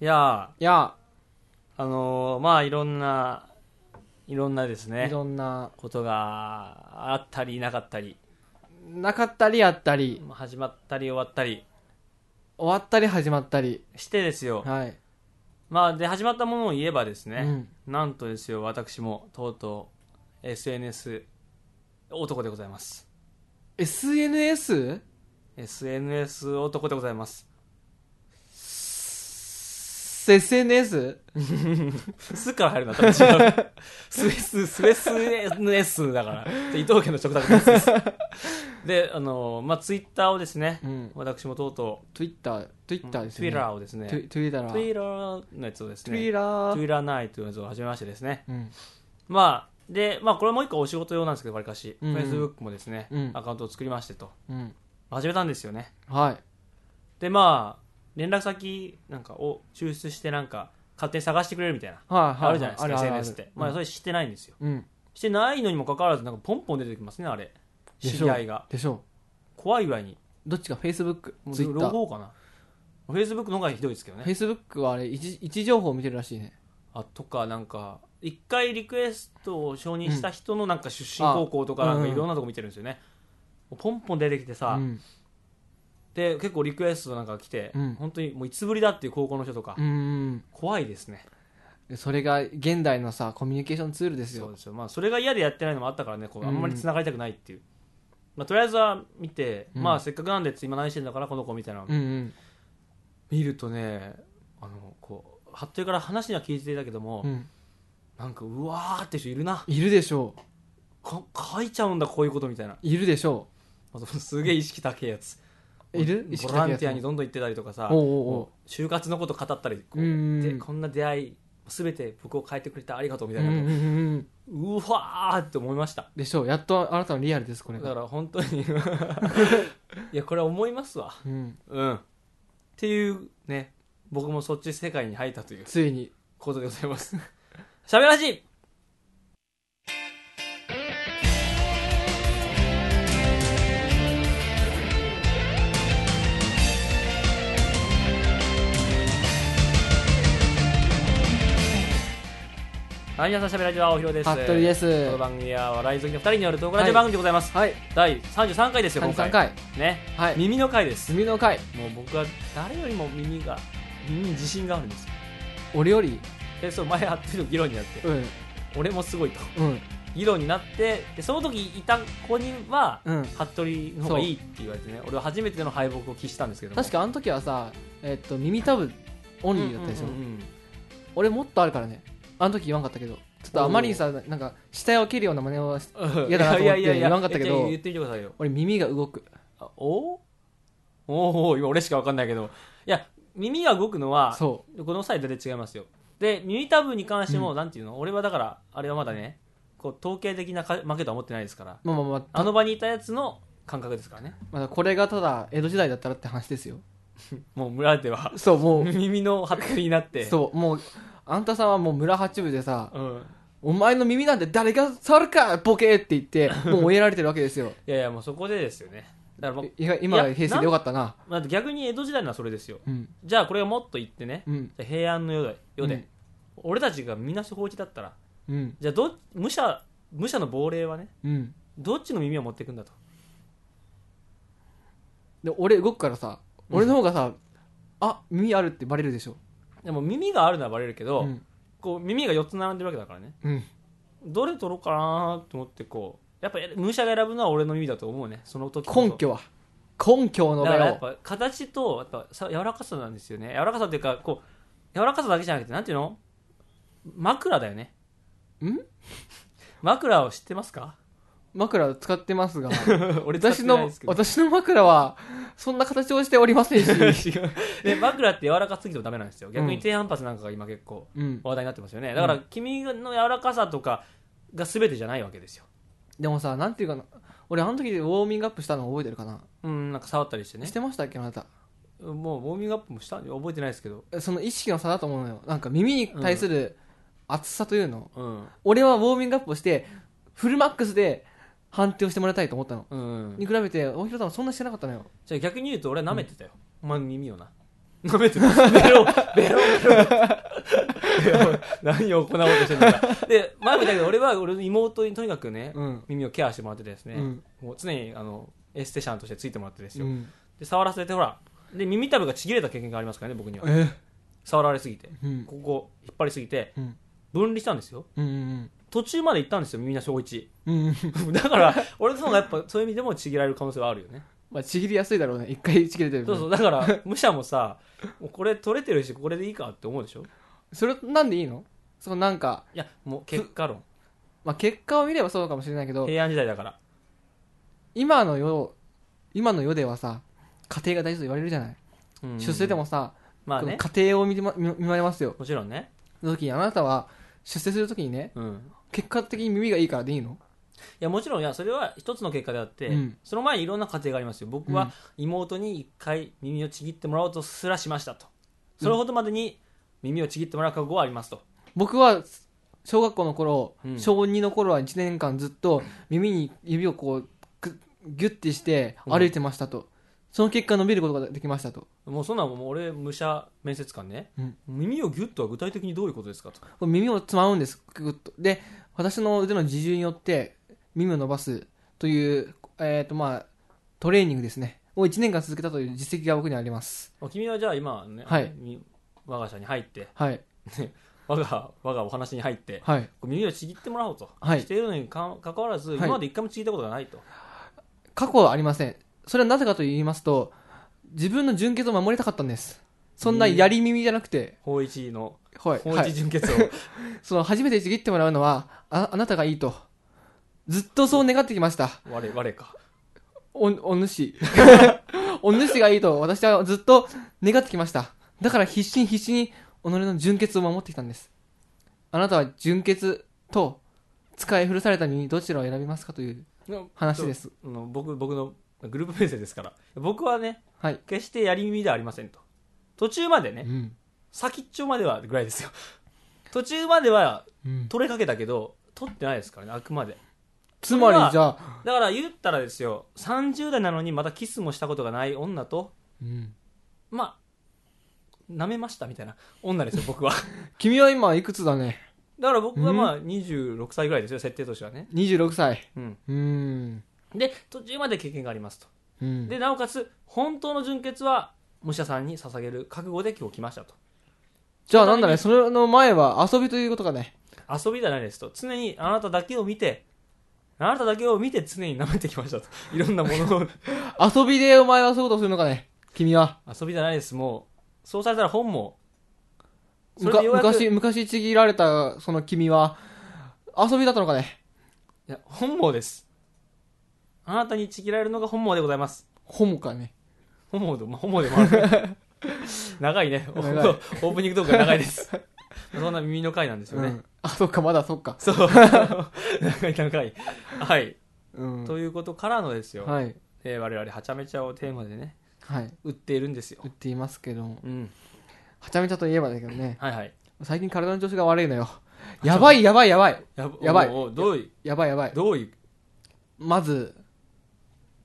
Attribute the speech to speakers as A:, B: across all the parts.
A: いや
B: いや、
A: ーあのーまあいろんないろんなです
B: い
A: ね
B: ろんな、
A: ことがあったりなかったり
B: なかったりあったり、
A: まあ始まったり終わったり
B: 終わったり始まったり。
A: してですよ
B: はい。
A: まあで始まったものを言えばですね、なんとですよ私もとうとう SNS 男でございます
B: SNS?
A: SNS 男でござい ます
B: す SNS?
A: すから入るな多分違うスエススエス SNS だから伊藤家の食卓のやつ ですであのまあツイッターをですね、
B: うん。
A: 私もとうと
B: Twitter、
A: う
B: Twitter ですね。
A: Twitter をですね
B: Twi- Twitter。
A: Twitter のやつをですね
B: Twitter。
A: Twitter ナイトのやつを始めましてですね
B: うん。
A: まあでまあこれもう一個お仕事用なんですけどわりかし、
B: うんうん
A: Facebook もですね、
B: うん
A: アカウントを作りましてと
B: うん。
A: 始めたんですよね
B: はい。
A: でまあ連絡先なんかを抽出してなんか勝手に探してくれるみたいな、
B: はい、はい。
A: あるじゃないですか
B: あるある
A: SNS ってまあそれしてないんですよ
B: うん。
A: してないのにもかかわらずなんかポンポン出てきますねあれ
B: でしょ
A: 知り合いが
B: でしょ
A: 怖いわいに
B: う。どっちか Facebook、
A: もう両
B: Twitter。
A: 方かなフェイスブックの方がひどいですけどね
B: Facebook はあれ、位置位置情報を見てるらしいね。
A: あとかなんか一回リクエストを承認した人のなんか出身高校とか
B: うん
A: なんか
B: うん
A: いろんなとこ見てるんですよね、もうポンポン出てきてさ、
B: うん。
A: で結構リクエストなんか来て、
B: うん
A: 本当にもういつぶりだっていう高校の人とか、
B: うん。
A: 怖いですね
B: それが現代のさ、コミュニケーションツールです
A: そう
B: よ。
A: ですよ、まあ、それが嫌でやってないのもあったからねこう
B: うん
A: あんまり繋がりたくないっていう、まあ、とりあえずは見て、
B: うん
A: まあせっかくなんで今何してんだからこの子みたいな、
B: うんうん。
A: 見るとねあのこう服部から話には聞いていたけども、
B: うん。
A: なんかうわーって人いるない
B: るでしょう。
A: か書いちゃうんだこういうことみたいない
B: るでしょ
A: あとすげえ意識高いやつ
B: う。いる意識
A: ボ
B: 高
A: ラ
B: い
A: ン
B: やつ
A: ティアにどんどん行ってたりとかさ
B: おうおうおう
A: こう就活のこと語ったりこ
B: うん
A: う
B: うんう
A: で
B: ん
A: こんな出会い全て僕を変えてくれてありがとうみた
B: う
A: い
B: ん
A: な、う
B: う
A: ん
B: うんうん
A: わーって思いました
B: でしょう。やっとあなたのリアルです、これ
A: だか
B: が。
A: ら本当 にいやこれは思いますわ
B: うん。
A: うんっていうね僕もそっち世界に入ったという
B: ついに。
A: ことでございます 喋らしいはい、皆さん、しゃべらじはおひろです。
B: 服部です
A: この番組は笑い好きの二人によるトークラジオ番組でございます。
B: はい。
A: 第33回ですよ、今
B: 33
A: 回。
B: 回。
A: ね。
B: はい。
A: 耳の回です。
B: 耳の回。
A: もう僕は誰よりも耳が、耳に自信があるんですよ。
B: 俺より、
A: で、そう、前あっての議論になって、
B: うん。
A: 俺もすごいと。
B: うん。
A: 議論になって、で、その時いた子には、
B: うん。
A: 服部の方がいいって言われてね、俺は初めての敗北を喫したんですけども
B: 確かあの時はさ、えっと、耳たぶオンリーだったでしょ
A: うんうん。うん
B: 俺もっとあるからね。あの時言わんかったけど。ちょっとあまりにさ、なんか、死体を切るような真似をし、
A: うん
B: 嫌だなと思って
A: いやいやいや
B: 言わんかったけど
A: いや言ってみてくださいよ。
B: 俺耳が動く。
A: あおおお今俺しかわかんないけど。いや、耳が動くのは、
B: そ
A: この際全然違いますよで耳たぶに関しても、
B: う
A: なんていうの俺はだからあれはまだねこう統計的なか負けとは思ってないですから
B: う。まあまあまあ、
A: あの場にいたやつの感覚ですからね
B: まだこれがただ、江戸時代だったらって話ですよ。
A: もう村で は
B: そう、もう、
A: 耳の服部になって
B: そう、もう、あんたさんはもう村八部でさ、
A: うん、
B: お前の耳なんて誰が触るかボケって言って、もう終えられてるわけですよ。
A: いやいやもうそこでですよねだからもう
B: いや今
A: い
B: が
A: や
B: 平成でよかったな。
A: まあ逆に江戸時代のはそれですよ
B: うん。
A: じゃあこれをもっと言ってね
B: うん。
A: じゃあ平安の世で世で、
B: うん
A: 俺たちがみんな放置だったら
B: うん。
A: じゃあど武者武者の亡霊はね
B: うん。
A: どっちの耳を持っていくんだと
B: で、俺動くからさ、俺の方がさ、あ、耳あるってバレるでしょ。
A: でも耳があるのはバレるけど、
B: うん。
A: こう耳が4つ並んでるわけだからね
B: うん。
A: どれ取ろうかなと思ってこうやっぱ武者が選ぶのは俺の耳だと思うねその時こそ
B: 根拠は。根拠の
A: だから
B: 場
A: やっ
B: を。
A: ぱ形とやっぱさ柔らかさなんですよね柔らかさっていうかこう柔らかさだけじゃなくてなんていうの枕だよね
B: ん
A: 枕を知ってます か
B: 枕使ってますが、
A: 俺使って
B: 私
A: ないで
B: の
A: す、けど
B: 私の枕は、そんな形をしておりませんし。
A: で枕って柔らかすぎてもダメなんですよ逆
B: う
A: に
B: ん
A: 低反発なんかが今結構
B: うん。
A: 話題になってますよねだから君の柔らかさとかが全てじゃないわけですよ
B: でもさ、なんていうかな、俺あの時ウォーミングアップしたの覚えてるかな。
A: うんなんか触ったりしてね
B: してましたっけ、あなた。
A: もうウォーミングアップもした覚えてないですけど
B: その意識の差だと思うのよなんか耳に対する熱さというの、
A: うん
B: 俺はウォーミングアップをしてフルマックスで判定をしてもらいたいと思ったの
A: うん
B: に比べて大広さんはそんなしてなかったのよ
A: じゃあ逆に言うと俺は舐めてたよ、お前の耳をな舐めてた。ベロ、ベロ、ベロ。で 何を行おうとしてるのか。で、前も言ったけど、俺は俺の妹にとにかくね、
B: うん
A: 耳をケアしてもらっててですね、
B: うん
A: もう常にあのエステシャンとしてついてもらってです
B: う
A: よ、
B: ん
A: で触らせてほらで耳たぶがちぎれた経験がありますからね僕には
B: え
A: 触られすぎて、
B: うん
A: ここ引っ張りすぎて
B: うん
A: 分離したんですよ
B: うんうん
A: 途中まで行ったんですよみんな小一
B: うんう ん
A: だから俺の方がやっぱそういう意味でもちぎられる可能性はあるよね
B: まあちぎりやすいだろうね一回ちぎれてる
A: そ
B: 分
A: うそうだから武者もさもうこれ取れてるしこれでいいかって思うでしょ
B: それなんでいいのそのなんか、
A: いやもう結果論
B: まあ、結果を見ればそうかもしれないけど
A: 平安時代だから
B: 今の世今の世ではさ家庭が大事と言われるじゃない、
A: うん
B: 出世でもさ、
A: まあね
B: 家庭を見てま見見まれますよ
A: もちろんね
B: その時にあなたは出世する時にね
A: うん
B: 結果的に耳がいいからでいいの
A: いやもちろんいやそれは一つの結果であって、
B: うん
A: その前にいろんな過程がありますよ僕
B: うん
A: は妹に一回耳をちぎってもらおうとすらしましたと、それほどまでに耳をちぎってもらう覚悟はありますと、
B: 僕は小学校の頃、
A: うん
B: 小2の頃は1年間ずっと耳に指をこうぐギュッてして歩いてましたと、その結果伸びることができましたと
A: もうそんなんもう俺武者面接官ね、
B: うん
A: 耳をギュッとは具体的にどういうことですかと
B: 耳をつまむんですグッとで私の腕の自重によって耳を伸ばすという、えーとまあ、トレーニングですねを1年間続けたという実績が僕にあります
A: まあ君はじゃあ今ね、
B: はい
A: み我が社に入って
B: はい
A: 我が我がお話に入って
B: はい
A: 耳をちぎってもらおうと、
B: はい
A: しているのにかかわらず、
B: はい
A: 今まで一回もちぎったことがないと
B: 過去はありませんそれはなぜかと言いますと自分の純血を守りたかったんですそんなやり耳じゃなくて、
A: 法一の
B: はい
A: 法
B: はい
A: 一純血を、
B: その初めてちぎってもらうのはああなたがいいとずっとそう願ってきました
A: 我我か
B: おお主 お主がいいと私はずっと願ってきましただから必死に必死に己の純血を守ってきたんですあなたは純血と使い古された耳どちらを選びますかという話です
A: あの僕僕のグループ面接ですから僕はね
B: はい、
A: 決してやり耳ではありませんと途中まで
B: う
A: ね
B: ん
A: 先っちょまではぐらいですよ途中までは
B: うん、
A: 取れかけたけど取ってないですからねあくまで
B: つまりじゃあ、
A: だから言ったらですよ30代なのにまだキスもしたことがない女と
B: うん
A: まあ舐めましたみたいな女ですよ僕は
B: 君は今いくつだね
A: だから僕はまあ26歳ぐらいですよ設定としてはね
B: 26歳
A: うん
B: うーん
A: で途中まで経験がありますと
B: うん
A: でなおかつ本当の純潔は武者さんに捧げる覚悟で今日来ましたと
B: じゃあなんだねそれの前は遊びということかね
A: 遊びじゃないですと常にあなただけを見てあなただけを見て常に舐めてきましたといろんなもの を
B: 遊びでお前はそういうことするのかね君は
A: 遊びじゃないですもうそうされたら本もそ
B: む
A: れ
B: か
A: でようやく
B: 昔昔ちぎられたその君は遊びだったのかね
A: いや本望ですあなたにちぎられるのが本望でございます
B: ホモかね
A: 本望で,、まあ、本望でもある 長いね
B: 長い
A: オープニングトークが長いです そんな耳の回なんですよね、
B: うんあそっかまだそっか
A: そう 長い長いはい、
B: うん
A: ということからのですよ、
B: はい
A: えー我々はちゃめちゃをテーマでね
B: はい
A: 売っているんですよ
B: 言っていますけども
A: うん
B: はちゃめちゃといえばだけどね
A: はいはい
B: 最近体の調子が悪いのよやばいやばいやばい
A: や
B: やばい
A: おうおうどうい
B: やばいやばい
A: どういう、
B: まず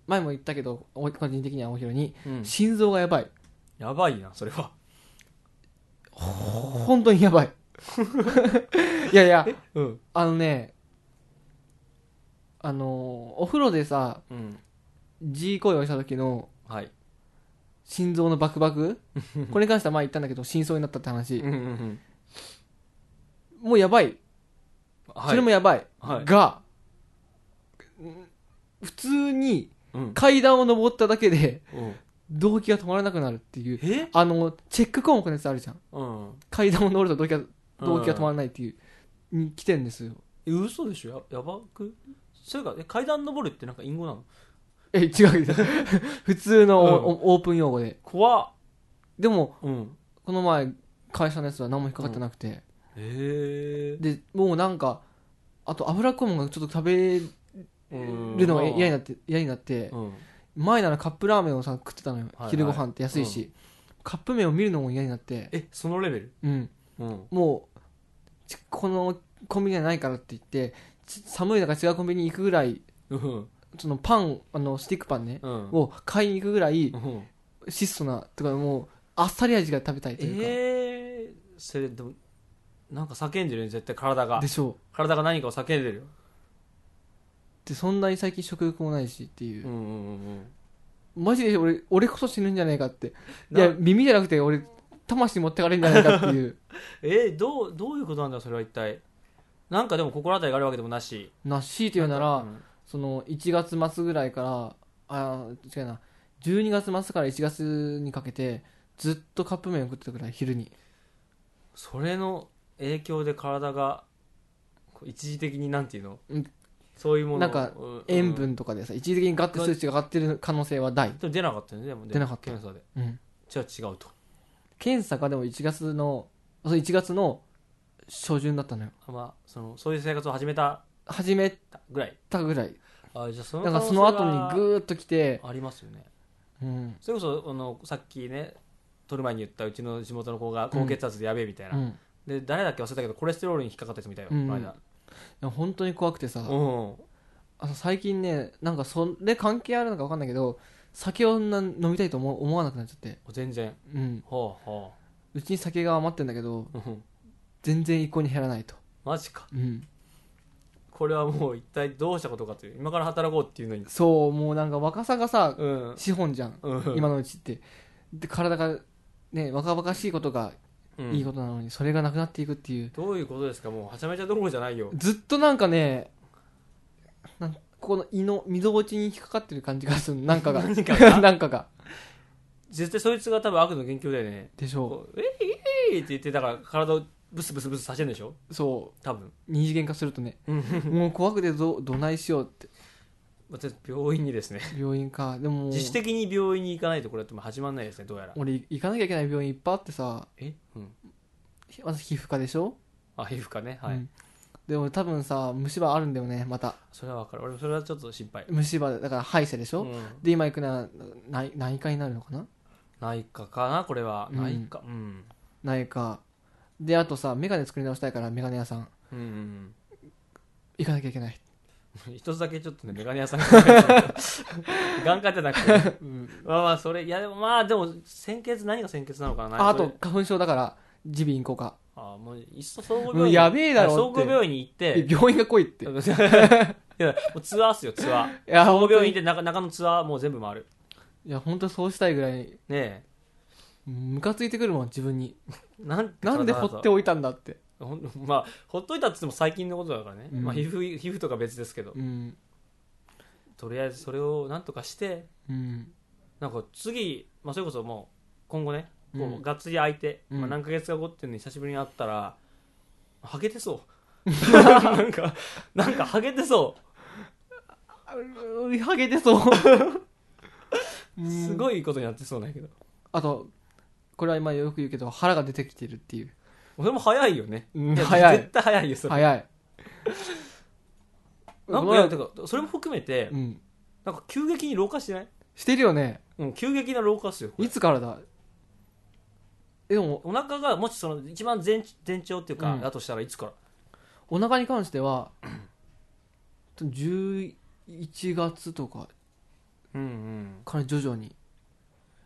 B: 前も言ったけどお個人的にはおひろに
A: うん
B: 心臓がやばい
A: やばいなそれは
B: 本当にやばいいやいや
A: うん
B: あのねあのお風呂でさ
A: うん
B: G 行為をした時の
A: はい
B: 心臓のバクバクこれに関しては前言ったんだけど真相になったって話
A: うんうんうん
B: もうやばい
A: は
B: それ
A: い
B: もやばい
A: はい
B: がうん普通に
A: うん
B: 階段を上っただけで
A: おう
B: 動悸が止まらなくなるっていう
A: え
B: あのチェック項目のやつあるじゃん
A: うん
B: 階段を上ると動悸が動悸が止まらないっていうに来てんですよ
A: え嘘でしょややばくそれかえ階段登るってなんか隠語なの
B: え違う けど普通のお
A: う
B: おオープン用語で
A: 怖っ
B: でも
A: うん
B: この前会社のやつは何も引っかかってなくて、
A: え
B: でもうなんかあと脂っこいものがちょっと食べる
A: え
B: のが嫌
A: な
B: になって嫌になって
A: うん
B: 前ならカップラーメンをさ食ってたのよ、
A: はいはい
B: 昼ご飯って安いし、カップ麺を見るのも嫌になって
A: えそのレベル
B: うん
A: うん
B: もうちこのコンビニはないからって言ってち寒い中違うコンビニに行くぐらい
A: うん
B: そのパンあのスティックパンね、
A: うん
B: を買いに行くぐらい
A: うん
B: 質素なとかもうあっさり味が食べたいというか、
A: ええそれでもなんか叫んでるよね絶対体が
B: でしょう
A: 体が何かを叫んでるよ
B: でそんなに最近食欲もないしっていう
A: う、んうんうんうん
B: マジで俺俺こそ死ぬんじゃないかってい
A: な
B: や耳じゃなくて俺魂持ってかれるんじゃないかって いう
A: えーどうどういうことなんだよそれは一体なんかでも心当たりがあるわけでもなし
B: なしいというなら
A: ん
B: その1月末ぐらいからあー違うな12月末から1月にかけてずっとカップ麺を食ってたぐらい昼に
A: それの影響で体がこう一時的になんていうの
B: うん
A: そういうもの
B: なんか
A: うう
B: 塩分とかでさ一時的にガッて数値が上がってる可能性は大、
A: でも出なかったよねでもね
B: 出なかった
A: 検査で
B: うん、
A: じゃあ違うと
B: 検査がでも1月のそう1月の初旬だったのよ
A: あまあそのそういう生活を始めた
B: 始め
A: ぐらい
B: たぐらい
A: あじゃあそ
B: だ
A: の
B: から
A: 可
B: その
A: 能性
B: 後
A: は
B: にグーッときて、
A: ありますよね
B: うん
A: それこそあのさっきね撮る前に言ったうちの地元の子が高血圧でやべえみたいな、
B: うん、
A: で誰だっけ忘れたけどコレステロールに引っかかった人みたいよ、
B: うん
A: この間
B: でも本当に怖くてさ
A: うん
B: あの最近ねなんかそれ関係あるのか分かんないけど酒をな飲みたいと思思わなくなっちゃって、
A: 全然
B: うん、
A: ほうほ
B: うちに酒が余ってんだけど
A: ううん
B: 全然一向に減らないと、
A: マジか
B: うん、
A: これはもう一体どうしたことかという今から働こうっていうのに
B: そうもうなんか若さがさ
A: うん
B: 資本じゃん
A: うん
B: 今のうちってで体がね若々しいことが
A: うん
B: いいことなのに、それがなくなっていくっていう
A: どういうことですかもうはちゃめちゃどころじゃないよ
B: ずっとなんかねなんここの胃の溝落ちに引っかかってる感じがするなんか が
A: 何かが
B: なんかが
A: 絶対そいつが多分悪の元凶だよね
B: でしょ
A: こうえいえいって言ってだから体をブスブスブスさせるんでしょ
B: うそ
A: 多分
B: う二次元化するとねもう怖くてどどないしようって
A: 私病院にですね
B: 病院かでも
A: 自主的に病院に行かないとこれってもう始まんないですねどうやら
B: 俺行かなきゃいけない病院いっぱいあってさ
A: えうん
B: ひまず皮膚科でしょ、
A: あ皮膚科ねはい、
B: うんでも多分さ虫歯あるんだよねまた
A: それは分かる俺もそれはちょっと心配
B: 虫歯だから歯医者でしょ、
A: うん
B: で今行くのは内内科になるのかな
A: 内科かなこれは、
B: うん
A: 内科うん
B: 内科であとさ眼鏡作り直したいから眼鏡屋さん
A: うんうん
B: 行かなきゃいけない
A: うん一つだけちょっ とねメガネ屋さんが眼科じゃなくて、まあまあそれいやでもまあでも先決何が先決なのかな
B: ああ
A: それ
B: と花粉症だから耳鼻咽喉科
A: あもういっそ総合病
B: もう
A: 院
B: やべえだろ
A: 総
B: って
A: 合病院に行っ
B: え
A: て
B: 病院が来いってい
A: いやもうツアーっすよツア ー
B: や
A: 総合
B: 本当
A: 病
B: に
A: 院で中中のツアーもう全部回る
B: いや本当そうしたいぐらい
A: ね
B: ムカついてくるもん自分に
A: えなん
B: なんで放っておいたんだって
A: ほん まあほっといたっつっても最近のことだからね、
B: うん
A: まあ、皮膚皮膚とか別ですけど
B: うん
A: とりあえずそれをなんとかして
B: うん
A: なんか次、まあ、それこそもう今後ねこ
B: う
A: うんがっつり空いて、
B: うん
A: まあ、何ヶ月か後っていうのに久しぶりに会ったらハゲてそう なんかなんかハゲてそ
B: ハゲてそう
A: うすごいことになってそうなんやけど
B: あとこれは今よく言うけど腹が出てきてるっていう
A: 俺も早いよね、
B: うん
A: いや
B: 早い
A: 絶対早いよそれ、
B: 早い
A: なんかいやてかそれも含めて
B: うん
A: なんか急激に老化してない、
B: してるよね
A: うん、急激な老化っすよこれ
B: いつからだえでも
A: お腹がもしその一番前前兆っていうか、
B: うん
A: だとしたらいつから
B: お腹に関しては11月とか
A: うんうん
B: から徐々に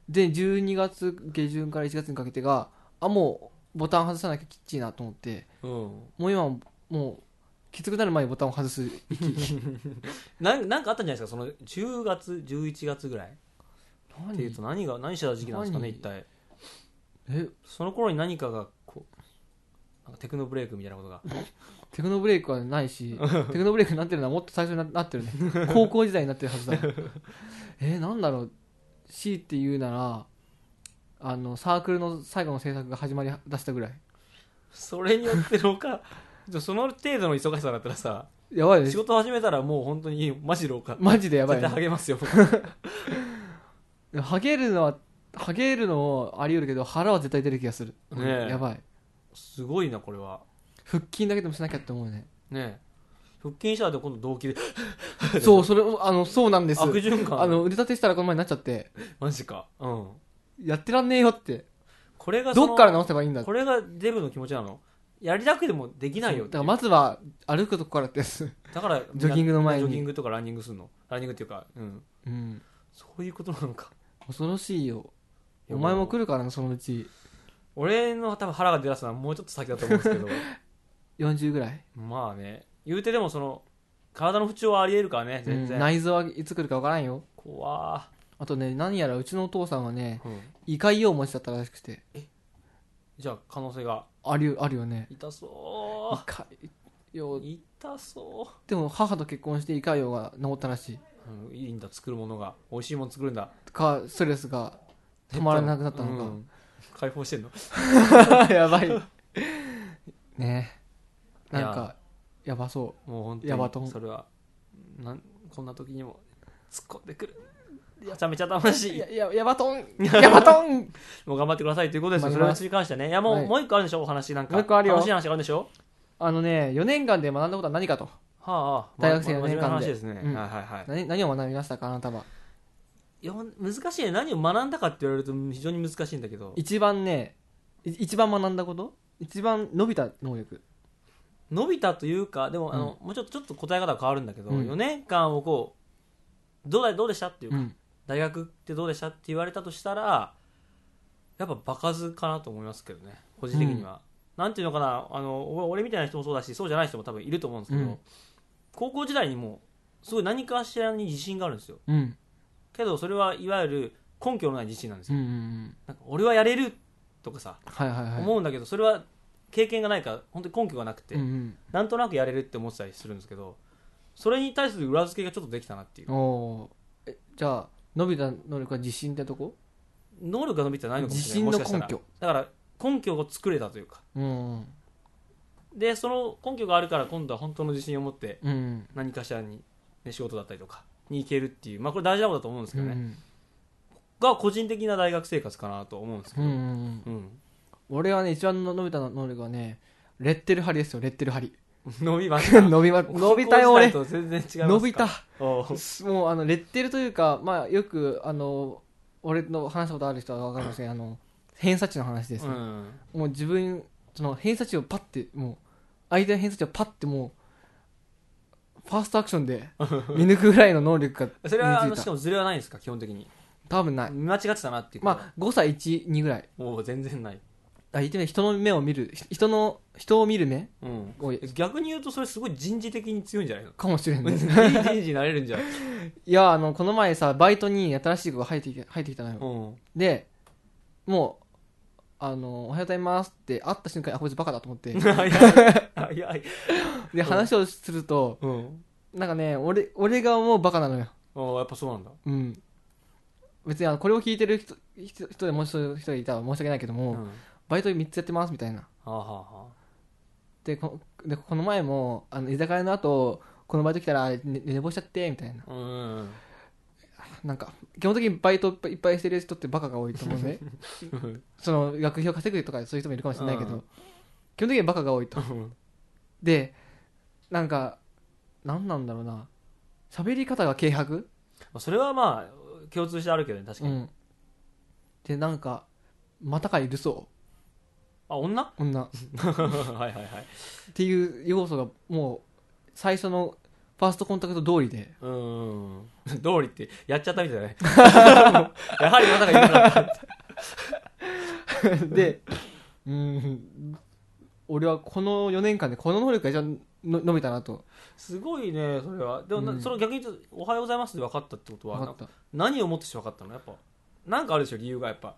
B: で12月下旬から1月にかけてがあもうボタン外さなきゃきっちいなと思って
A: うん
B: もう今はもうきつくなる前にボタンを外す
A: なんなんかあったんじゃないですかその10月11月ぐらいっていうと何が何してた時期なんですかね
B: 何
A: 一体
B: え
A: その頃に何かがこうなんかテクノブレイクみたいなことが
B: テクノブレイクはな いしテクノブレイクになってるのはもっと最初にななってるね高校時代になってるはずだえー、なんだろう C って言うならあのサークルの最後の制作が始まりだしたぐらい
A: それによって老化 じゃあその程度の忙しさだったらさ
B: やばいで
A: 仕
B: す
A: 事始めたらもう本当にマジ老化
B: マジでやばい、
A: 絶対励ますよ
B: ね、ハゲるのはハゲるのもあり得るけど腹は絶対出る気がする、
A: ねえ
B: うんやばい
A: すごいなこれは
B: 腹筋だけでもしなきゃって思う ね
A: ねえ腹筋したら今度動機で
B: そうそれあのそうなんです
A: 悪循環
B: あの腕立てしたらこの前になっちゃって
A: マジかうん
B: やってらんねえよって
A: これがその
B: どっから直せばいいんだって
A: これがデブの気持ちなのやりたくてもできないよ
B: だからまずは歩くとこからです、
A: だからみんな
B: ジョギングの前に
A: ジョギングとかランニングするのランニングっていうかうん
B: うん、
A: そういうことなのか
B: 恐ろしいよお前も来るからな、そのうち。
A: 俺の多分腹が出だすのはもうちょっと先だと思うんですけど
B: 40ぐらい。
A: まあね言うてでもその体の不調はありえるからね
B: う
A: 全
B: ん、
A: 然、
B: 内臓はいつ来るか分からんよ。
A: 怖ー
B: あとね、何やらうちのお父さんはね、
A: うん
B: 胃潰瘍持ちだったらしくて。
A: じゃあ可能性が
B: あるよ、あるよね。
A: 痛
B: 胃
A: そ
B: 潰
A: う
B: 瘍。
A: 痛そ
B: でも母と結婚して胃潰瘍が治ったらし
A: う、うん、いいんだ作るものが美味しいもの作るんだ
B: い。か、ストレスが止まらなくなったのか。
A: うん解放してんの
B: やばい。ねなん
A: い
B: か、やばそ
A: もう本
B: やば
A: 当に
B: と思う
A: それはなんこんな時にも突っ込んでくるめちゃめちゃ楽
B: う。
A: しい
B: や、や、やばとんやばとん
A: もう頑張ってくださいということですよ
B: 頑
A: それ
B: 張り
A: に
B: ます
A: つに関してはねいやもう,、
B: はい
A: もう一個あるでしょお話なんか
B: もう一個あるよ
A: 楽しい話があるんでしょ
B: あのね、4年間で学んだことは何かと。
A: はあ、はあ、
B: 大学生
A: ま
B: 四年
A: 真面目
B: 間で
A: な話ですね、
B: うん
A: はいはいはい
B: 何何を学びましたか、あなたは。
A: いや難しいね何を学んだかって言われると非常に難しいんだけど
B: 一番ね、い一番学んだこと一番伸びた能力。
A: 伸びたというかでも、あのもうちょっとちょっと答え方が変わるんだけど、
B: うん
A: 4年間をこうどうだどうでしたっていうか、
B: ん。
A: 大学ってどうでしたって言われたとしたらやっぱ場数かなと思いますけどね個人的には、なんていうのかなあの俺俺みたいな人もそうだしそうじゃない人も多分いると思うんですけど、
B: うん
A: 高校時代にもうすごい何かしらに自信があるんですよ
B: うん。
A: けどそれはいわゆる根拠のない自信なんです
B: うんう
A: よ、
B: んうん。
A: なんか俺はやれるとかさ、
B: はいはいはい。
A: 思うんだけどそれは経験がないから本当に根拠がなくて、
B: うん
A: なんとなくやれるって思ってたりするんですけどそれに対する裏付けがちょっとできたなっていう
B: うん、おーえじゃあ伸びた能力は自信ってとこ
A: 能力が伸びてないのかも
B: 自
A: しれ
B: 信
A: ない
B: の
A: もしか
B: 根
A: したら
B: 拠
A: だから根拠を作れたというか
B: うんうん
A: でその根拠があるから今度は本当の自信を持って
B: うん
A: 何かしらに、ね、仕事だったりとかに行けるっていうまあこれ大事なことだと思うんです
B: う
A: けどね、
B: ん
A: が個人的な大学生活かなと思うんですけ
B: う
A: ど、
B: ん
A: うん
B: 俺はね一番の伸びた能力はねレッテル張りですよレッテル張り
A: 伸びました
B: 伸びま伸びたよ俺
A: 高校時代と全然違いますか
B: 伸びた
A: おう
B: もうあのレッテルというかまあよくあの俺の話したことある人は分かるんですけどあの偏差値の話です、
A: うん
B: もう自分その偏差値をパッてもう相手の偏差値をパッてもうファーストアクショ ンで見抜くぐらいの能力が身
A: それはあの
B: につ
A: し
B: いた
A: かもズレはないんですか基本的に
B: 多分ない
A: 間違ってたなっていうこと
B: まあ誤差12ぐらい
A: もう全然ない、
B: あ言ってみれば人の目を見るひ人の人を見る目
A: うん、
B: を
A: 逆に言うとそれすごい人事的に強いんじゃ ないの
B: かもしれない、
A: 人 事になれるんじゃない、
B: いやあのこの前さバイトに新しい子が入ってき入ってきたのよ
A: うん、
B: でもうあの「おはようございます」って会った瞬間あこいつバカだと思 って
A: 早い 早い、
B: で話をすると
A: うん、
B: なんかね俺俺がもうバカなのよ
A: ああやっぱそうなんだ、
B: うん別にあのこれを聞いてる人人人でもしそういう人がいたら申し訳ないけど
A: う
B: も、
A: ん、は
B: バイト3つやってますみたいな
A: あはあは
B: でこでこの前もあの居酒屋の後このバイト来たら、ね、寝坊しちゃってみたいな
A: あ うん
B: なんか基本的にバイトいっぱいしてる人ってバカが多いと思う ねその学費を稼ぐとかそういう人もいるかもしれないけど、
A: うん
B: 基本的にバカが多いと
A: うん
B: でなんか何なんだろうな喋り方が軽薄
A: それはまあ共通してあるけどね確か
B: う
A: に、
B: んでなんかまたかいるそ
A: あ女
B: う女
A: はいはいはい
B: っていう要素がもう最初のファーストコンタクト通り で
A: うん通りってやっちゃったみたい だねやはり女がいるから
B: でうん俺はこの4年間でこの能力がじゃの伸びたなと
A: すごいねそれはでもな、
B: うん
A: その逆に言うと「おはようございます」で分かったってことは
B: 分かった
A: 何をもってして分かったのやっぱなんかあるでしょ理由がやっぱ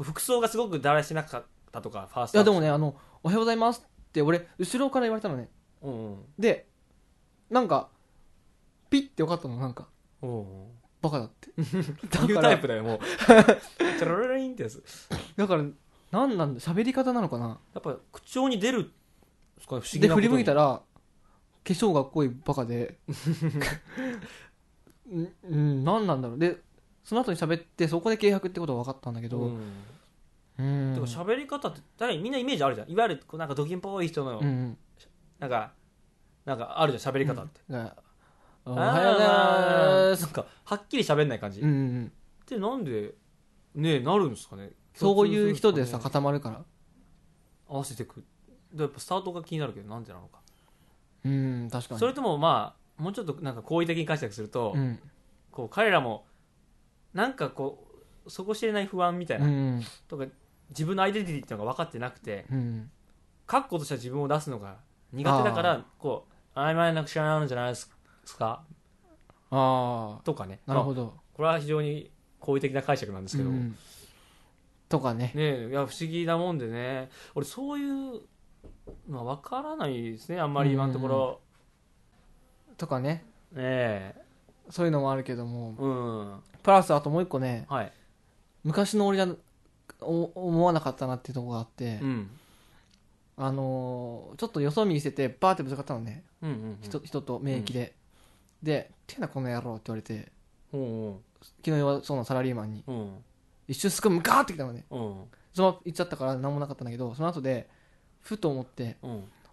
A: 服装がすごくだらしなかったとかファース
B: い
A: ト
B: やでもねあの「おはようございます」って俺後ろから言われたのね
A: うんうん
B: でなんかピッて分かったのなんか
A: うんうん
B: バカだって
A: っていう
B: だか
A: タ
B: ら
A: イプだよ もうチャララリンってやつ
B: だから何なんだ喋り方なのかな
A: やっぱ口調に出るんですかね不思議
B: で
A: な
B: 振り向いた
A: ら
B: ら化粧が濃いバカで うんうん何なんだろうでその後に喋ってそこで軽薄ってことは分かったんだけ
A: け
B: ど
A: ど、
B: うん
A: でも喋り方って確かにみんなイメージあるじゃんいわゆるこうなんかドキンっぽい人の、
B: うんうん
A: なんかなんかあるじゃん喋り方って、
B: がお
A: あ
B: はようございます
A: なんかはっきり喋んない感じ、
B: うんうんうん
A: ってなんでねえなるんですかね
B: そういう人でさ
A: 共通するんすかね
B: 固まるから
A: 合わせてくでやっぱスタートが気になるけどなんでなのか
B: うん確かに
A: それともまあもうちょっとなんか好意的に解釈すると、
B: うん
A: こう彼らもなんかこう底知れない不安みたいうな、
B: ん
A: とか自分のアイデンティティっていうのが分かってなくて
B: うん
A: 確固とした自分を出すのが苦手だからこう曖昧なく知らないんじゃないですか
B: あ
A: とかね
B: あなるほ
A: まあ
B: ど
A: これは非常に好意的な解釈なんですけど、
B: うんとかね
A: ねえいや不思議なもんでね俺そういうのは分からないですねあんまり今のところ、
B: とかね
A: ねえ
B: そういうのもあるけども
A: うん
B: プラスあともう一個ね
A: はい、
B: 昔の俺じゃお思わなかったなっていうところがあって
A: うん、
B: あのーちょっとよそ見しててバーってぶつかったのね
A: うんうん
B: 人人と免疫でで「てなこの野郎」って言われて
A: うんうん
B: 昨日弱そうなサラリーマンに
A: うん
B: 一瞬すっごいムカーってきたのね
A: うん
B: そのまま行っちゃったから何もなかったんだけどその後でふと思って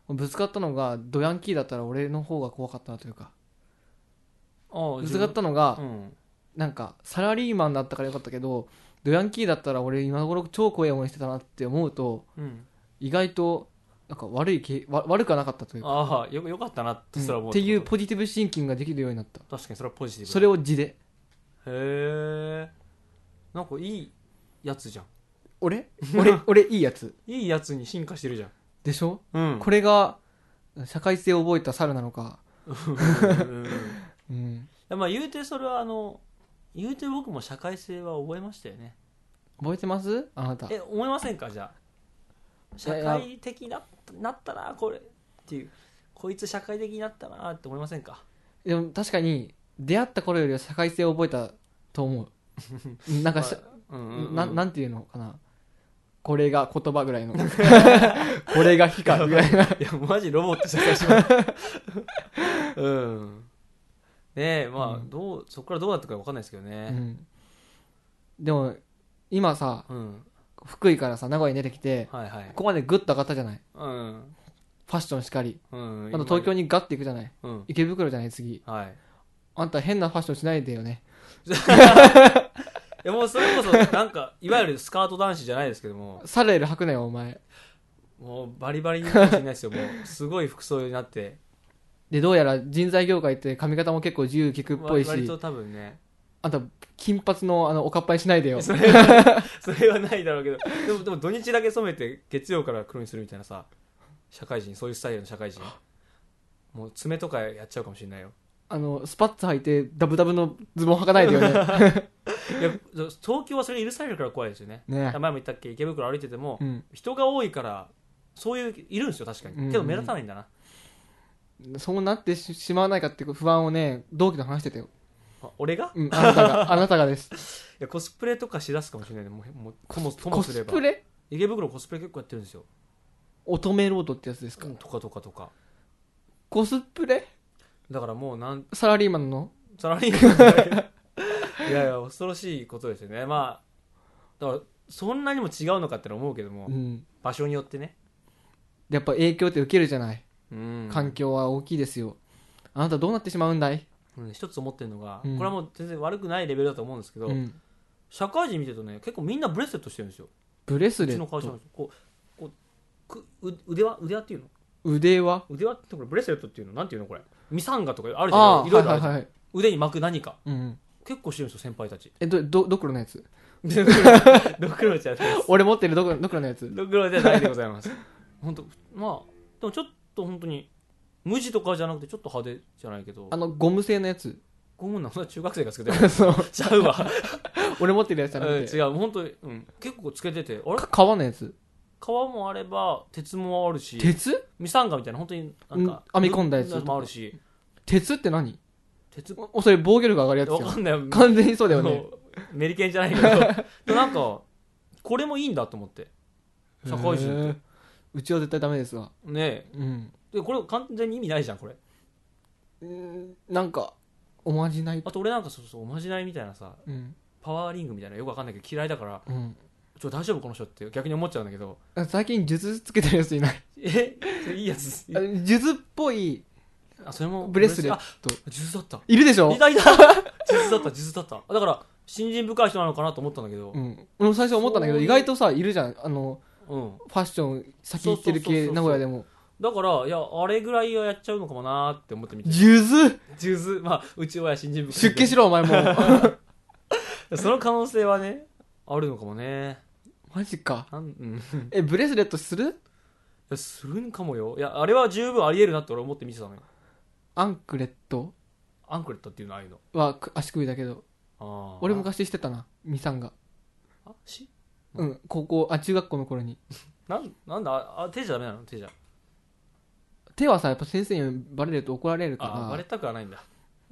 A: うん
B: ぶつかったのがドヤンキーだったら俺の方が怖かったなというか
A: ああ
B: ぶつかったの
A: う
B: が
A: ん
B: なんかサラリーマンだったからよかったけどドヤンキーだったら俺今頃超怖い思いしてたなって思うと
A: うん
B: 意外となんか悪いけわ悪くはなかったというか、
A: ああよよかったなってそれは
B: うん
A: 思
B: っ
A: う
B: ていうポジティブシンキングができるようになった
A: 確かにそれはポジティブ
B: それを字で
A: へえなんかいいやつじゃん
B: 俺 俺俺いいやつ
A: いいやつに進化してるじゃん
B: でしょ、
A: うん
B: これが社会性を覚えた猿なのか
A: うんうん
B: うん
A: うんまあ言うてそれはあの言うて僕も社会性は覚えましたよね
B: 覚えてますあなた
A: え思いませんかじゃあ社
B: いや
A: 会的になったなったなこれっていうこいつ社会的になったなって思いませんか
B: でも確かに出会った頃よりは社会性を覚えたと 思うなんかし、
A: うんうんうん
B: ななんていうのかなこれが言葉ぐ らいのこれが火かぐらいない
A: や、マジロボットじゃないします。 うん。ねえ、まあ、
B: うん
A: どう、そこからどうなってくるか分かんないですけど
B: う
A: ね。
B: ん、でも今さ
A: うん。
B: 福井からさ名古屋に出てきて
A: はいは
B: こ
A: い。
B: こまでグッと上がったじゃない
A: うん。
B: ファッションしかり
A: うん。
B: あと東京にガッて行くじゃない
A: 今に。
B: 池袋じゃない次
A: うん。 はい。
B: あんた変なファッションしないでよね
A: いや、もうそれこそ、なんか、いわゆるスカート男子じゃないですけども、
B: サレール履くなよお前
A: もうバリバリにいるかもしれないですよ。もう、すごい服装になって。
B: でどうやら人材業界って髪型も結構自由聞くっぽいし
A: 割と多分ね。
B: あんた金髪のあのおかっぱいしないでよ
A: それは、それはないだろうけど。でも、でも土日だけ染めて、月曜から黒にするみたいなさ、社会人、そういうスタイルの社会人。もう爪とかやっちゃうかもしれないよ。
B: あのスパッツ履いてダブダブのズボン履かないで よね
A: いやそう東京はそれ許されるから怖いですよね
B: ね
A: 前も言ったっけ池袋歩いてても、
B: うん
A: 人が多いからそういういるんですよ確か
B: うんうん
A: にけど目立たないんだな、
B: そうなってししまわないかっていう不安をね同期と話してたよ、
A: あ俺がい
B: うん、あなた があなたがです
A: やコスプレとかしだすかもしれないねもうもうともとも
B: コ
A: すれ
B: ス
A: ば
B: プレ
A: 池袋コスプレ結構やってるんですよ
B: 乙女ロードってやつですか、
A: とかとかとか
B: コスプレ
A: だからもうなん
B: サラリーマンの
A: サラリーマン じゃないいやいや恐ろしいことですよねまあだからそんなにも違うのかってのは思うけども、
B: うん
A: 場所によってね
B: やっぱ影響って受けるじゃない
A: うん
B: 環境は大きいですよあなたどうなってしまうんだい、
A: うん一つ思ってるのが、
B: うん
A: これはもう全然悪くないレベルだと思うんですけど、
B: うん、
A: 社会人見てるとね結構みんなブレスレットしてるんですよ
B: ブレス
A: う
B: レ
A: ち
B: ッ
A: の会社
B: ト
A: の人こうこうくう腕輪腕輪っていうの
B: 腕は
A: 腕輪ってこれブレスレットっていうのなんていうのこれミサンガとかあるじ
B: あ
A: ゃ
B: あ
A: んいろいろある
B: はい
A: じゃん
B: はいはい、
A: 腕に巻く何か
B: うん、
A: 結構してるんですよ先輩た ち
B: えどどドクロのやつ
A: ドクロじゃないです
B: 俺持ってるドクロドクロのやつ
A: ドクロじゃないでござい ます本当まあでもちょっと本当に無地とかじゃなくてちょっと派手じゃないけど
B: あのゴム製のやつ
A: ゴムなの中学生がつけてる
B: そう
A: ちゃう わ、
B: 俺持ってるやつじ
A: う
B: ゃ
A: ん
B: なくて
A: 違う本当に、うん、結構つけててあれ
B: か革のやつ
A: 皮もあれば鉄もあるし
B: 鉄
A: ミサンガみたいな本当になんか
B: うん編み込んだやつ
A: うもあるし
B: 鉄って何
A: 鉄
B: おおそれ防御力上がるやつ
A: わ
B: じゃ
A: か
B: ん
A: んないよ
B: 完全にそうだよね
A: あのメリケンじゃないけどでも なんかこれもいいんだと思って社会
B: へ
A: 人っ
B: ーうちは絶対ダメですわ
A: てね
B: うん
A: えでこれ完全に意味ないじゃんこれ
B: うんなんかおまじない
A: あと俺なんかそうそうおまじないみたいなさ
B: うん
A: パワーリングみたいなよくわかんないけど嫌いだから
B: うん
A: ちょ大丈夫この人って逆に思っちゃうんだけど
B: 最近術つけてるやついない
A: えそれいいや つ
B: あ術っぽい
A: あそれも
B: ブレスレッ
A: あ
B: ト
A: 数珠だった
B: いるでしょ
A: い、たいた数珠だった数珠だっただから信心深い人なのかなと思ったんだけど
B: うん、俺も最初思ったんだけど
A: そういう
B: 意外とさいるじゃんあの
A: うん
B: ファッション先行ってる
A: そうそうそう
B: 系
A: そう
B: 名古屋でも
A: だからいやあれぐらいはやっちゃうのかもなーって思ってみて
B: 術
A: 数珠まあうち親信心深い
B: 出家しろお前もう
A: その可能性はね、あるのかもね
B: マジか。
A: なん、うん、い
B: え、ブレスレットする
A: やするんかもよいやあれは十分ありえるなって俺思って見てたのよ
B: アンクレット
A: アンクレットっていうのああいうの
B: はく足首だけど、
A: あー
B: 俺昔してたな、ミサンが。
A: あし
B: うん、高校、あ、中学校の頃に。
A: なんなんだああ手じゃダメなの手じゃ
B: 手はさ、やっぱ先生にバレると怒られる
A: あバ
B: か
A: レたくはないんだ
B: ら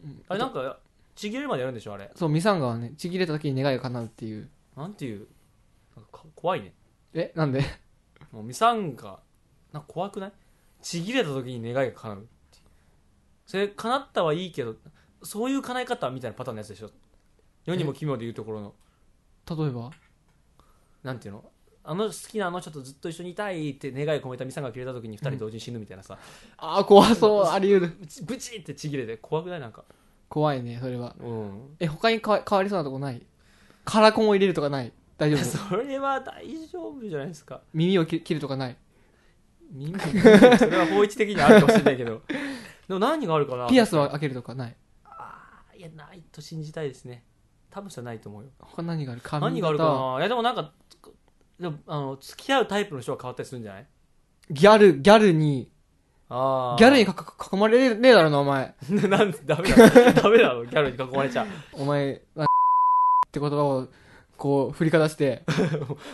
B: うん。
A: あれなんかちぎれるまでやるんでしょあれ
B: そう、ミサンガはね、ちぎれた時に願いが叶うっていう。
A: なんていうなんかか怖いね
B: え、なんで
A: もうミサンガなんか怖くないちぎれた時に願いが叶うっていうそれ叶ったはいいけどそういう叶え方みたいなパターンのやつでしょ世にも奇妙で言うところの
B: 例えば
A: なんていうのあの好きなあの人とずっと一緒にいたいって願いを込めたミサンが切れた時に二人同時に死ぬみたいなさ、
B: あー怖そう、あり得る。
A: ブチブチってちぎれて怖くないなんか
B: 怖いね、それは。
A: うん
B: え、他にかわ変わりそうなとこないカラコンを入れるとかない大 丈夫
A: それは大丈夫じゃないですか
B: 耳を切切るとかない
A: みんなそれは法律的にはあるかもしれないけどでも何があるかな
B: ピアスは開けるとかない
A: あーいやないと信じたいですね多分それはないと思うよ
B: 他何がある髪型
A: 何があるかないやでもなんかでもあの付き合うタイプの人が変わったりするんじゃない
B: ギャル、ギャルに、
A: ああ
B: ギャルにかか囲まれるねえだろな、お前。
A: に なんでダメだダメだろギャルに囲まれちゃ
B: お前、なんかって言葉を、こう、振りかざして、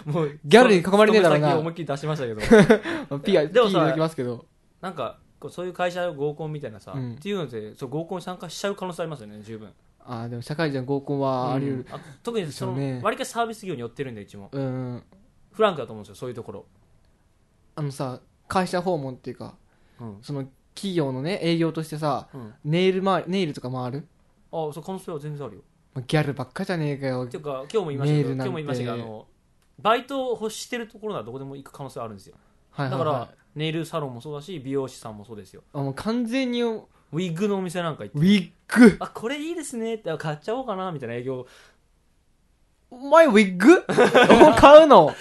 A: う もう
B: ギャルに囲まれねえだろう
A: 勤め
B: な
A: 先を思いっきり出しましたけど
B: ピア、
A: でもさ
B: ピーいただきますけど。
A: なんかこうそういう会社の合コンみたいなさ、
B: うん
A: っていうのでそう合コンに参加しちゃう可能性ありますよね十分
B: ああ、でも社会人は合コンはあり得る。
A: うんあ特にその
B: ですよね
A: 割りかしサービス業に寄ってるんでうちも
B: うん、
A: フランクだと思うんですよそういうところ、
B: あのさ、会社訪問っていうか、
A: うん
B: その企業のね、営業としてさ、
A: うん、あ
B: ネイル回り、ネイルとか回る
A: そう可能性は全然あるよ
B: まあギャルばっかじゃねえかよ
A: っ。ていうか今日も言いましたけど
B: メールなん
A: 今日も
B: て
A: 言いましたけどあのバイトをしてるところならどこでも行く可能性あるんですよ
B: はいはい、
A: だ
B: はい。
A: からネイルサロンもそうだし美容師さんもそうですよ
B: あ、もう完全に、ウ
A: ウィッグのお店なんか行って
B: ィッグ
A: あこれいいですねってあ買っちゃおうかなみたいな営業
B: お前ウィ ッグを買うの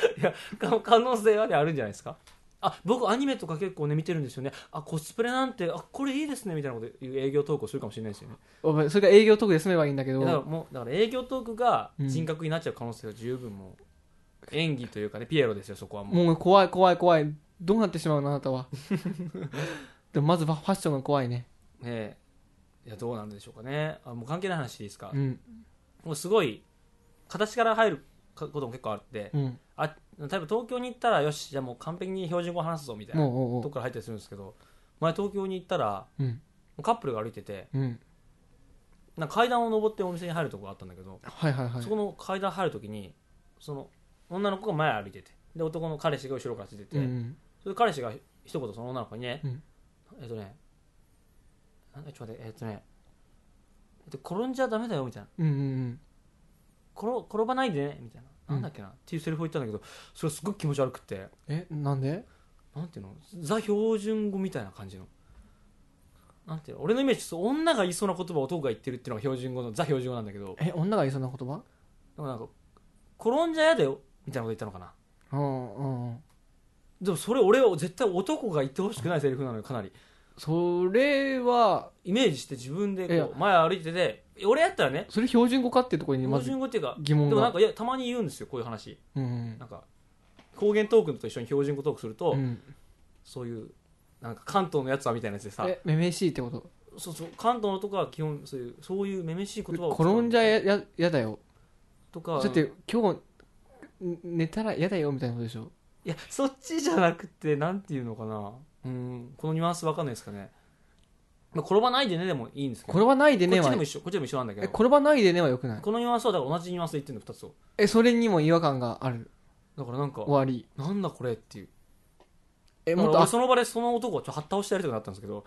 A: 可能性はねあるんじゃないですかあ僕アニメとか結構ね見てるんですよねあコスプレなんてあこれいいですねみたいなこと言う営業トークをするかもしれないですよね
B: お前それが営業トークで済めばいいんだけ
A: だから
B: ど、
A: もうだから営業トークが
B: うん
A: 人格になっちゃう可能性は十分もう演技というかねピエロですよそこはもう
B: もう怖い怖い怖い。どうなってしまうのあな たは。でもまずファッションが怖いね。
A: ねえいやどうなんでしょうかねあもう関係ない話でいいですか、
B: うん。
A: もうすごい形から入ることも結構あって
B: うん。
A: あ例えば東京に行ったらよしじゃあもう完璧に標準語話すぞみたいな
B: も
A: と
B: うおう
A: こから入ったりするんですけど前東京に行ったら
B: おう。うん。
A: カップルが歩いてて
B: うん。
A: なんか階段を上ってお店に入るとこがあったんだけど、
B: はいはいはい
A: そ。この階段入るときにその女の子が前歩いててで男の彼氏が後ろからついてて、
B: うん。
A: それで彼氏が一言その女の子にね、
B: うん
A: えっとねなんだちょっと待ってえっとねえっと転んじゃダメだよみたいな
B: うんうん
A: 転転ばないでねみたいな
B: うん
A: なんだっけな、っていうセリフを言ったんだけどそれすごく気持ち悪くて
B: うん。え、なんで
A: なんていうのザ標準語みたいな感じのなんていうの俺のイメージそう女が言いそうな言葉を男が言ってるっていうのが標準語のザ標準語なんだけど
B: え、女が言いそうな言葉
A: なんかなんか転んじゃやだよみたいなこと言ったのかな
B: うんうんうん。
A: でもそれ俺は絶対男が言ってほしくないセリフなのよかなり
B: それは、
A: イメージして自分で
B: いや
A: こう前歩いてて俺やったらね
B: それ標準語かっていうところにま
A: 標
B: ず
A: 準語っていうか
B: 疑
A: で
B: 問
A: もなん
B: が。
A: かいやたまに言うんですよこういう話
B: うんうん。
A: なんか方言トークと一緒に標準語トークすると、
B: うん
A: そういうなんか関東のやつはみたいなやつでさ
B: え、めめしいってこと
A: そうそう関東のとかは基本そういうそういうめめしい言葉を使う
B: 転んじゃやややだよ。
A: とか
B: だって今日ん寝たら嫌だよみたいなことでしょ
A: いやそっちじゃなくてなんていうのかなうんこのニュアンスわかんないですかね、まあ、転ばないでねでもいいんですけど
B: 転ばないでね
A: こっち
B: は
A: でも一緒こっちでも一緒なんだけ
B: え
A: ど
B: 転ばないでねはよくない
A: このニュアンスはだから同じニュアンスで言ってるの2つを
B: えそれにも違和感がある
A: だからなんか
B: 終わり
A: なんだこれっていう
B: え
A: だか
B: も
A: ら
B: っと
A: 俺
B: あ
A: その場でその男をちょっとはった倒してやりたくなったんですけど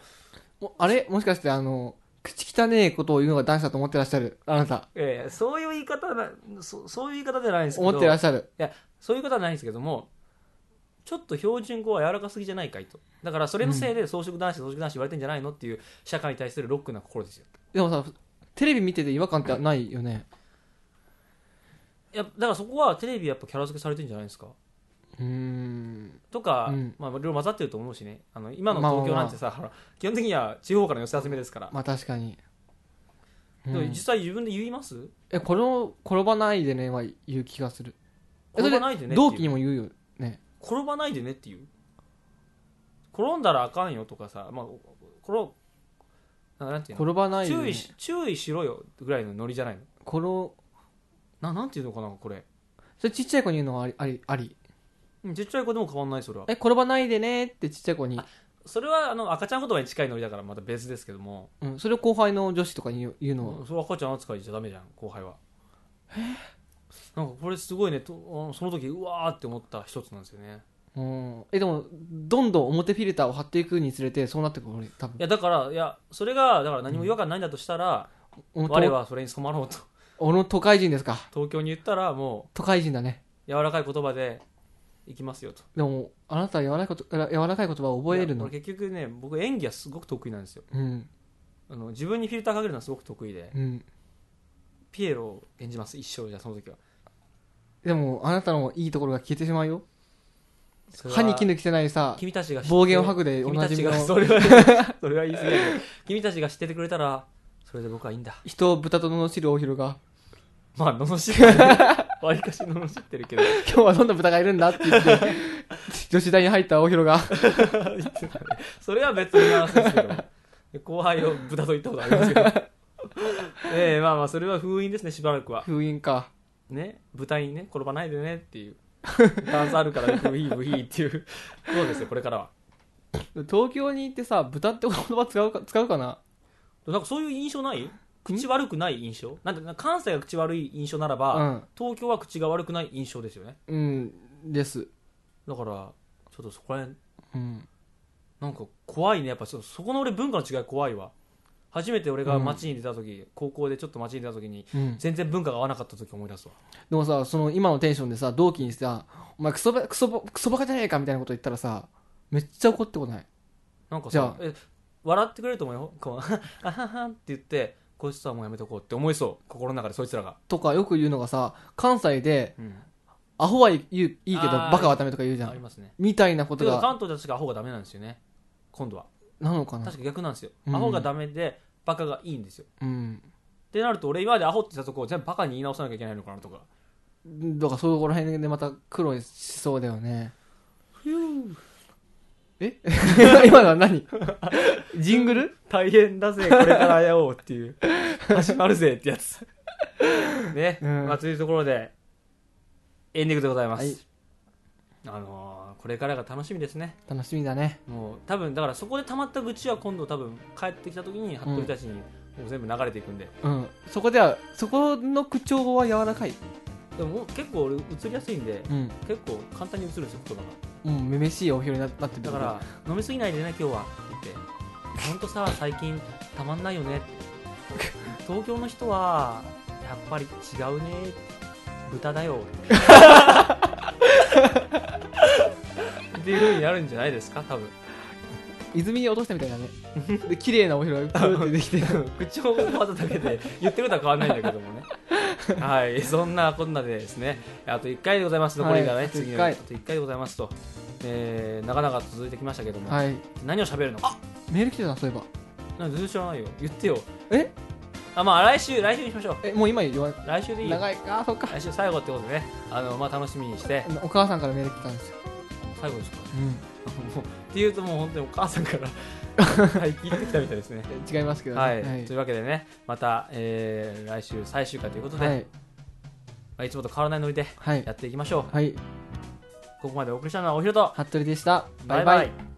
B: もあれもしかしてあの口汚ねえことを言うのが男子だと思ってらっしゃるあなた
A: いやいやそういう言い方はなそそういう言い方じゃないんですけ
B: 思ってら
A: ど
B: っしゃる
A: そういう言い方はないんですけどもちょっと標準語は柔らかすぎじゃないかいとだからそれのせいで草食男子草食男子言われてんじゃないのっていう社会に対するロックな心ですよ
B: でもさテレビ見てて違和感ってないよね
A: いやだからそこはテレビやっぱキャラ付けされてんじゃないですか
B: うーん
A: とか、
B: うん
A: まあ、いろいろ混ざってると思うしねあの今の
B: まあまあ
A: 東京なんてさ、ほら基本的には地方からの寄せ集めですから、
B: まあ確かに、うん
A: でも実際自分で言います
B: えこの転ばないでねは言う気がするえそ
A: 転
B: れ
A: ばないでねっていう
B: 同期にも言うよね
A: 転ばないでねっていう転んだらあかんよとかさ、まあ、転ななんていうの
B: 転ばないよ、
A: 注
B: ね、
A: 意し注意しろよぐらいのノリじゃないの
B: 転そ
A: ななんていうのかなこれ
B: れちっちゃい子に言うのはありありあり
A: うんちっちゃい子でも変わんないそれは
B: え転ばないでねってちっちゃい子に、
A: それはあの赤ちゃん言葉に近いノリだからまた別ですけども、
B: うん、それを後輩の女子とかに言う言うのは、
A: うんそれ赤ちゃん扱いじゃダメじゃん後輩はなんかこれすごいねとあのその時うわーって思った一つなんですよね
B: うん、えでもどんどん表フィルターを貼っていくにつれてそうなってくる俺多分
A: いやだからいやそれがだから何も違和感ないんだとしたら、
B: 俺
A: 我はそれに染まろうと
B: 俺の都会人ですか
A: 東京に言ったらも
B: 都会人だね
A: う柔らかい言葉で行きますよと
B: でもあなたは柔らかいこと柔らかい言葉を覚える
A: いや
B: の
A: 俺結局ね僕演技はすごく得意なんですよ
B: うん
A: あの自分にフィルターかけるのはすごく得意で
B: うん
A: ピエロを演じます一生じゃあその時は
B: でもあなたのいいところが消えてしまうよ
A: それは
B: 歯に衣着てないさ
A: 君たちが知って
B: 暴言を吐くでお
A: 君
B: な
A: た
B: じ
A: ち
B: みの
A: がそれは それは言い過ぎだけど君たちが知っててくれたらそれで僕はいいんだ
B: 人を豚と罵る大広が
A: まあ罵ってるわりかし罵ってるけど
B: 今日はどんな豚がいるんだって言って 女子大に入った大広が
A: それは別に話ですけどで後輩を豚と言ったことあります けどええまあまあそれは封印ですねしばらくは
B: 封印か
A: ね豚にね転ばないでねっていうダンスあるからねブヒーブヒーっていうそうですよこれからは
B: 東京に行ってさ豚って言葉使うか使うかな
A: なんかそういう印象ない口悪くない印象なんでなんか関西が口悪い印象ならば、
B: うん
A: 東京は口が悪くない印象ですよね
B: うんです
A: だからちょっとそこら辺
B: うん
A: なんか怖いねやっぱちょっとそこの俺文化の違い怖いわ初めて俺が街に出た時、高校でちょっと街に出た時に
B: うん
A: 全然文化が合わなかった時思い出すわ
B: でもさ、その今のテンションでさ、同期にさ、お前クソば、クソば、クソバカじゃねえかみたいなこと言ったらさ、めっちゃ怒ってこない。
A: なんか
B: じゃ
A: さ
B: あ
A: え笑ってくれると思うよこう あははんって言ってこいつとはもうやめとこうって思いそう心の中でそいつらが、
B: とかよく言うのがさ、関西で、
A: うん
B: アホはいいいいけど、
A: あー
B: バカはダメとか言うじゃ
A: あり
B: ん。
A: ますね
B: みたいなこと
A: てか
B: が、
A: 関東では確かアホがダメなんですよね今度は
B: なのかな。
A: 確か逆なんですよ、
B: うん
A: アホがダメでバカがいいんですよ
B: うん。
A: ってなると俺今までアホって言ったとこを全部バカに言い直さなきゃいけないのかなとか
B: だからそういうこら辺でまた苦労しそうだよね。 え今のは何ジングル
A: 大変だぜこれからやおうっていう 始まるぜってやつね、
B: うん
A: まあというところでエンディングでございます、
B: はい
A: あのーこれからが楽しみですね
B: 楽しみだね。
A: もう多分だからそこで溜まった愚痴は今度多分帰ってきた時に服部たちにもう全部流れていくんで、
B: うん。そこでは、そこの口調は柔らかい。
A: でも結構俺映りやすいんで
B: うん。
A: 結構簡単に映るんですよ言葉が
B: もうめめしいお昼になってる
A: だから、飲みすぎないでね今日はって言ってほんとさ最近たまんないよねって東京の人はやっぱり違うね豚だよっていう風になるんじゃないですか多分
B: 泉に落としたみたいだねで綺麗なお 広がプーってできて
A: 口調の技だけで言ってることは変わらないんだけど もねはいそんなこんなでですねあと1回でございます残りがね、
B: はいあと一
A: 次の
B: 回
A: あと1回でございますと、えー、なかなか続いてきましたけども、
B: はい
A: 何を喋るのか
B: メール来てたなそういえば
A: なんか全然知らないよ言ってよ
B: え
A: あまあ来週来週にしましょう
B: えもう今言わな
A: 来週でいいよ
B: 長いあそっか
A: 来週最後ってことでねあのまあ楽しみにして
B: お母さんからメール来てたんですよ、
A: 最後ですか
B: う
A: もうっていうともう本当にお母さんから はい聞いてきたみたいですね
B: ん、違いますけどね
A: はい、
B: はい
A: というわけでねまた、えー来週最終回ということで、
B: はいい
A: まあ、いつもと変わらないノリで
B: はい
A: やっていきましょう
B: はい
A: ここまでお送りしたのはおひろと
B: 服部でしたバイバイ
A: イ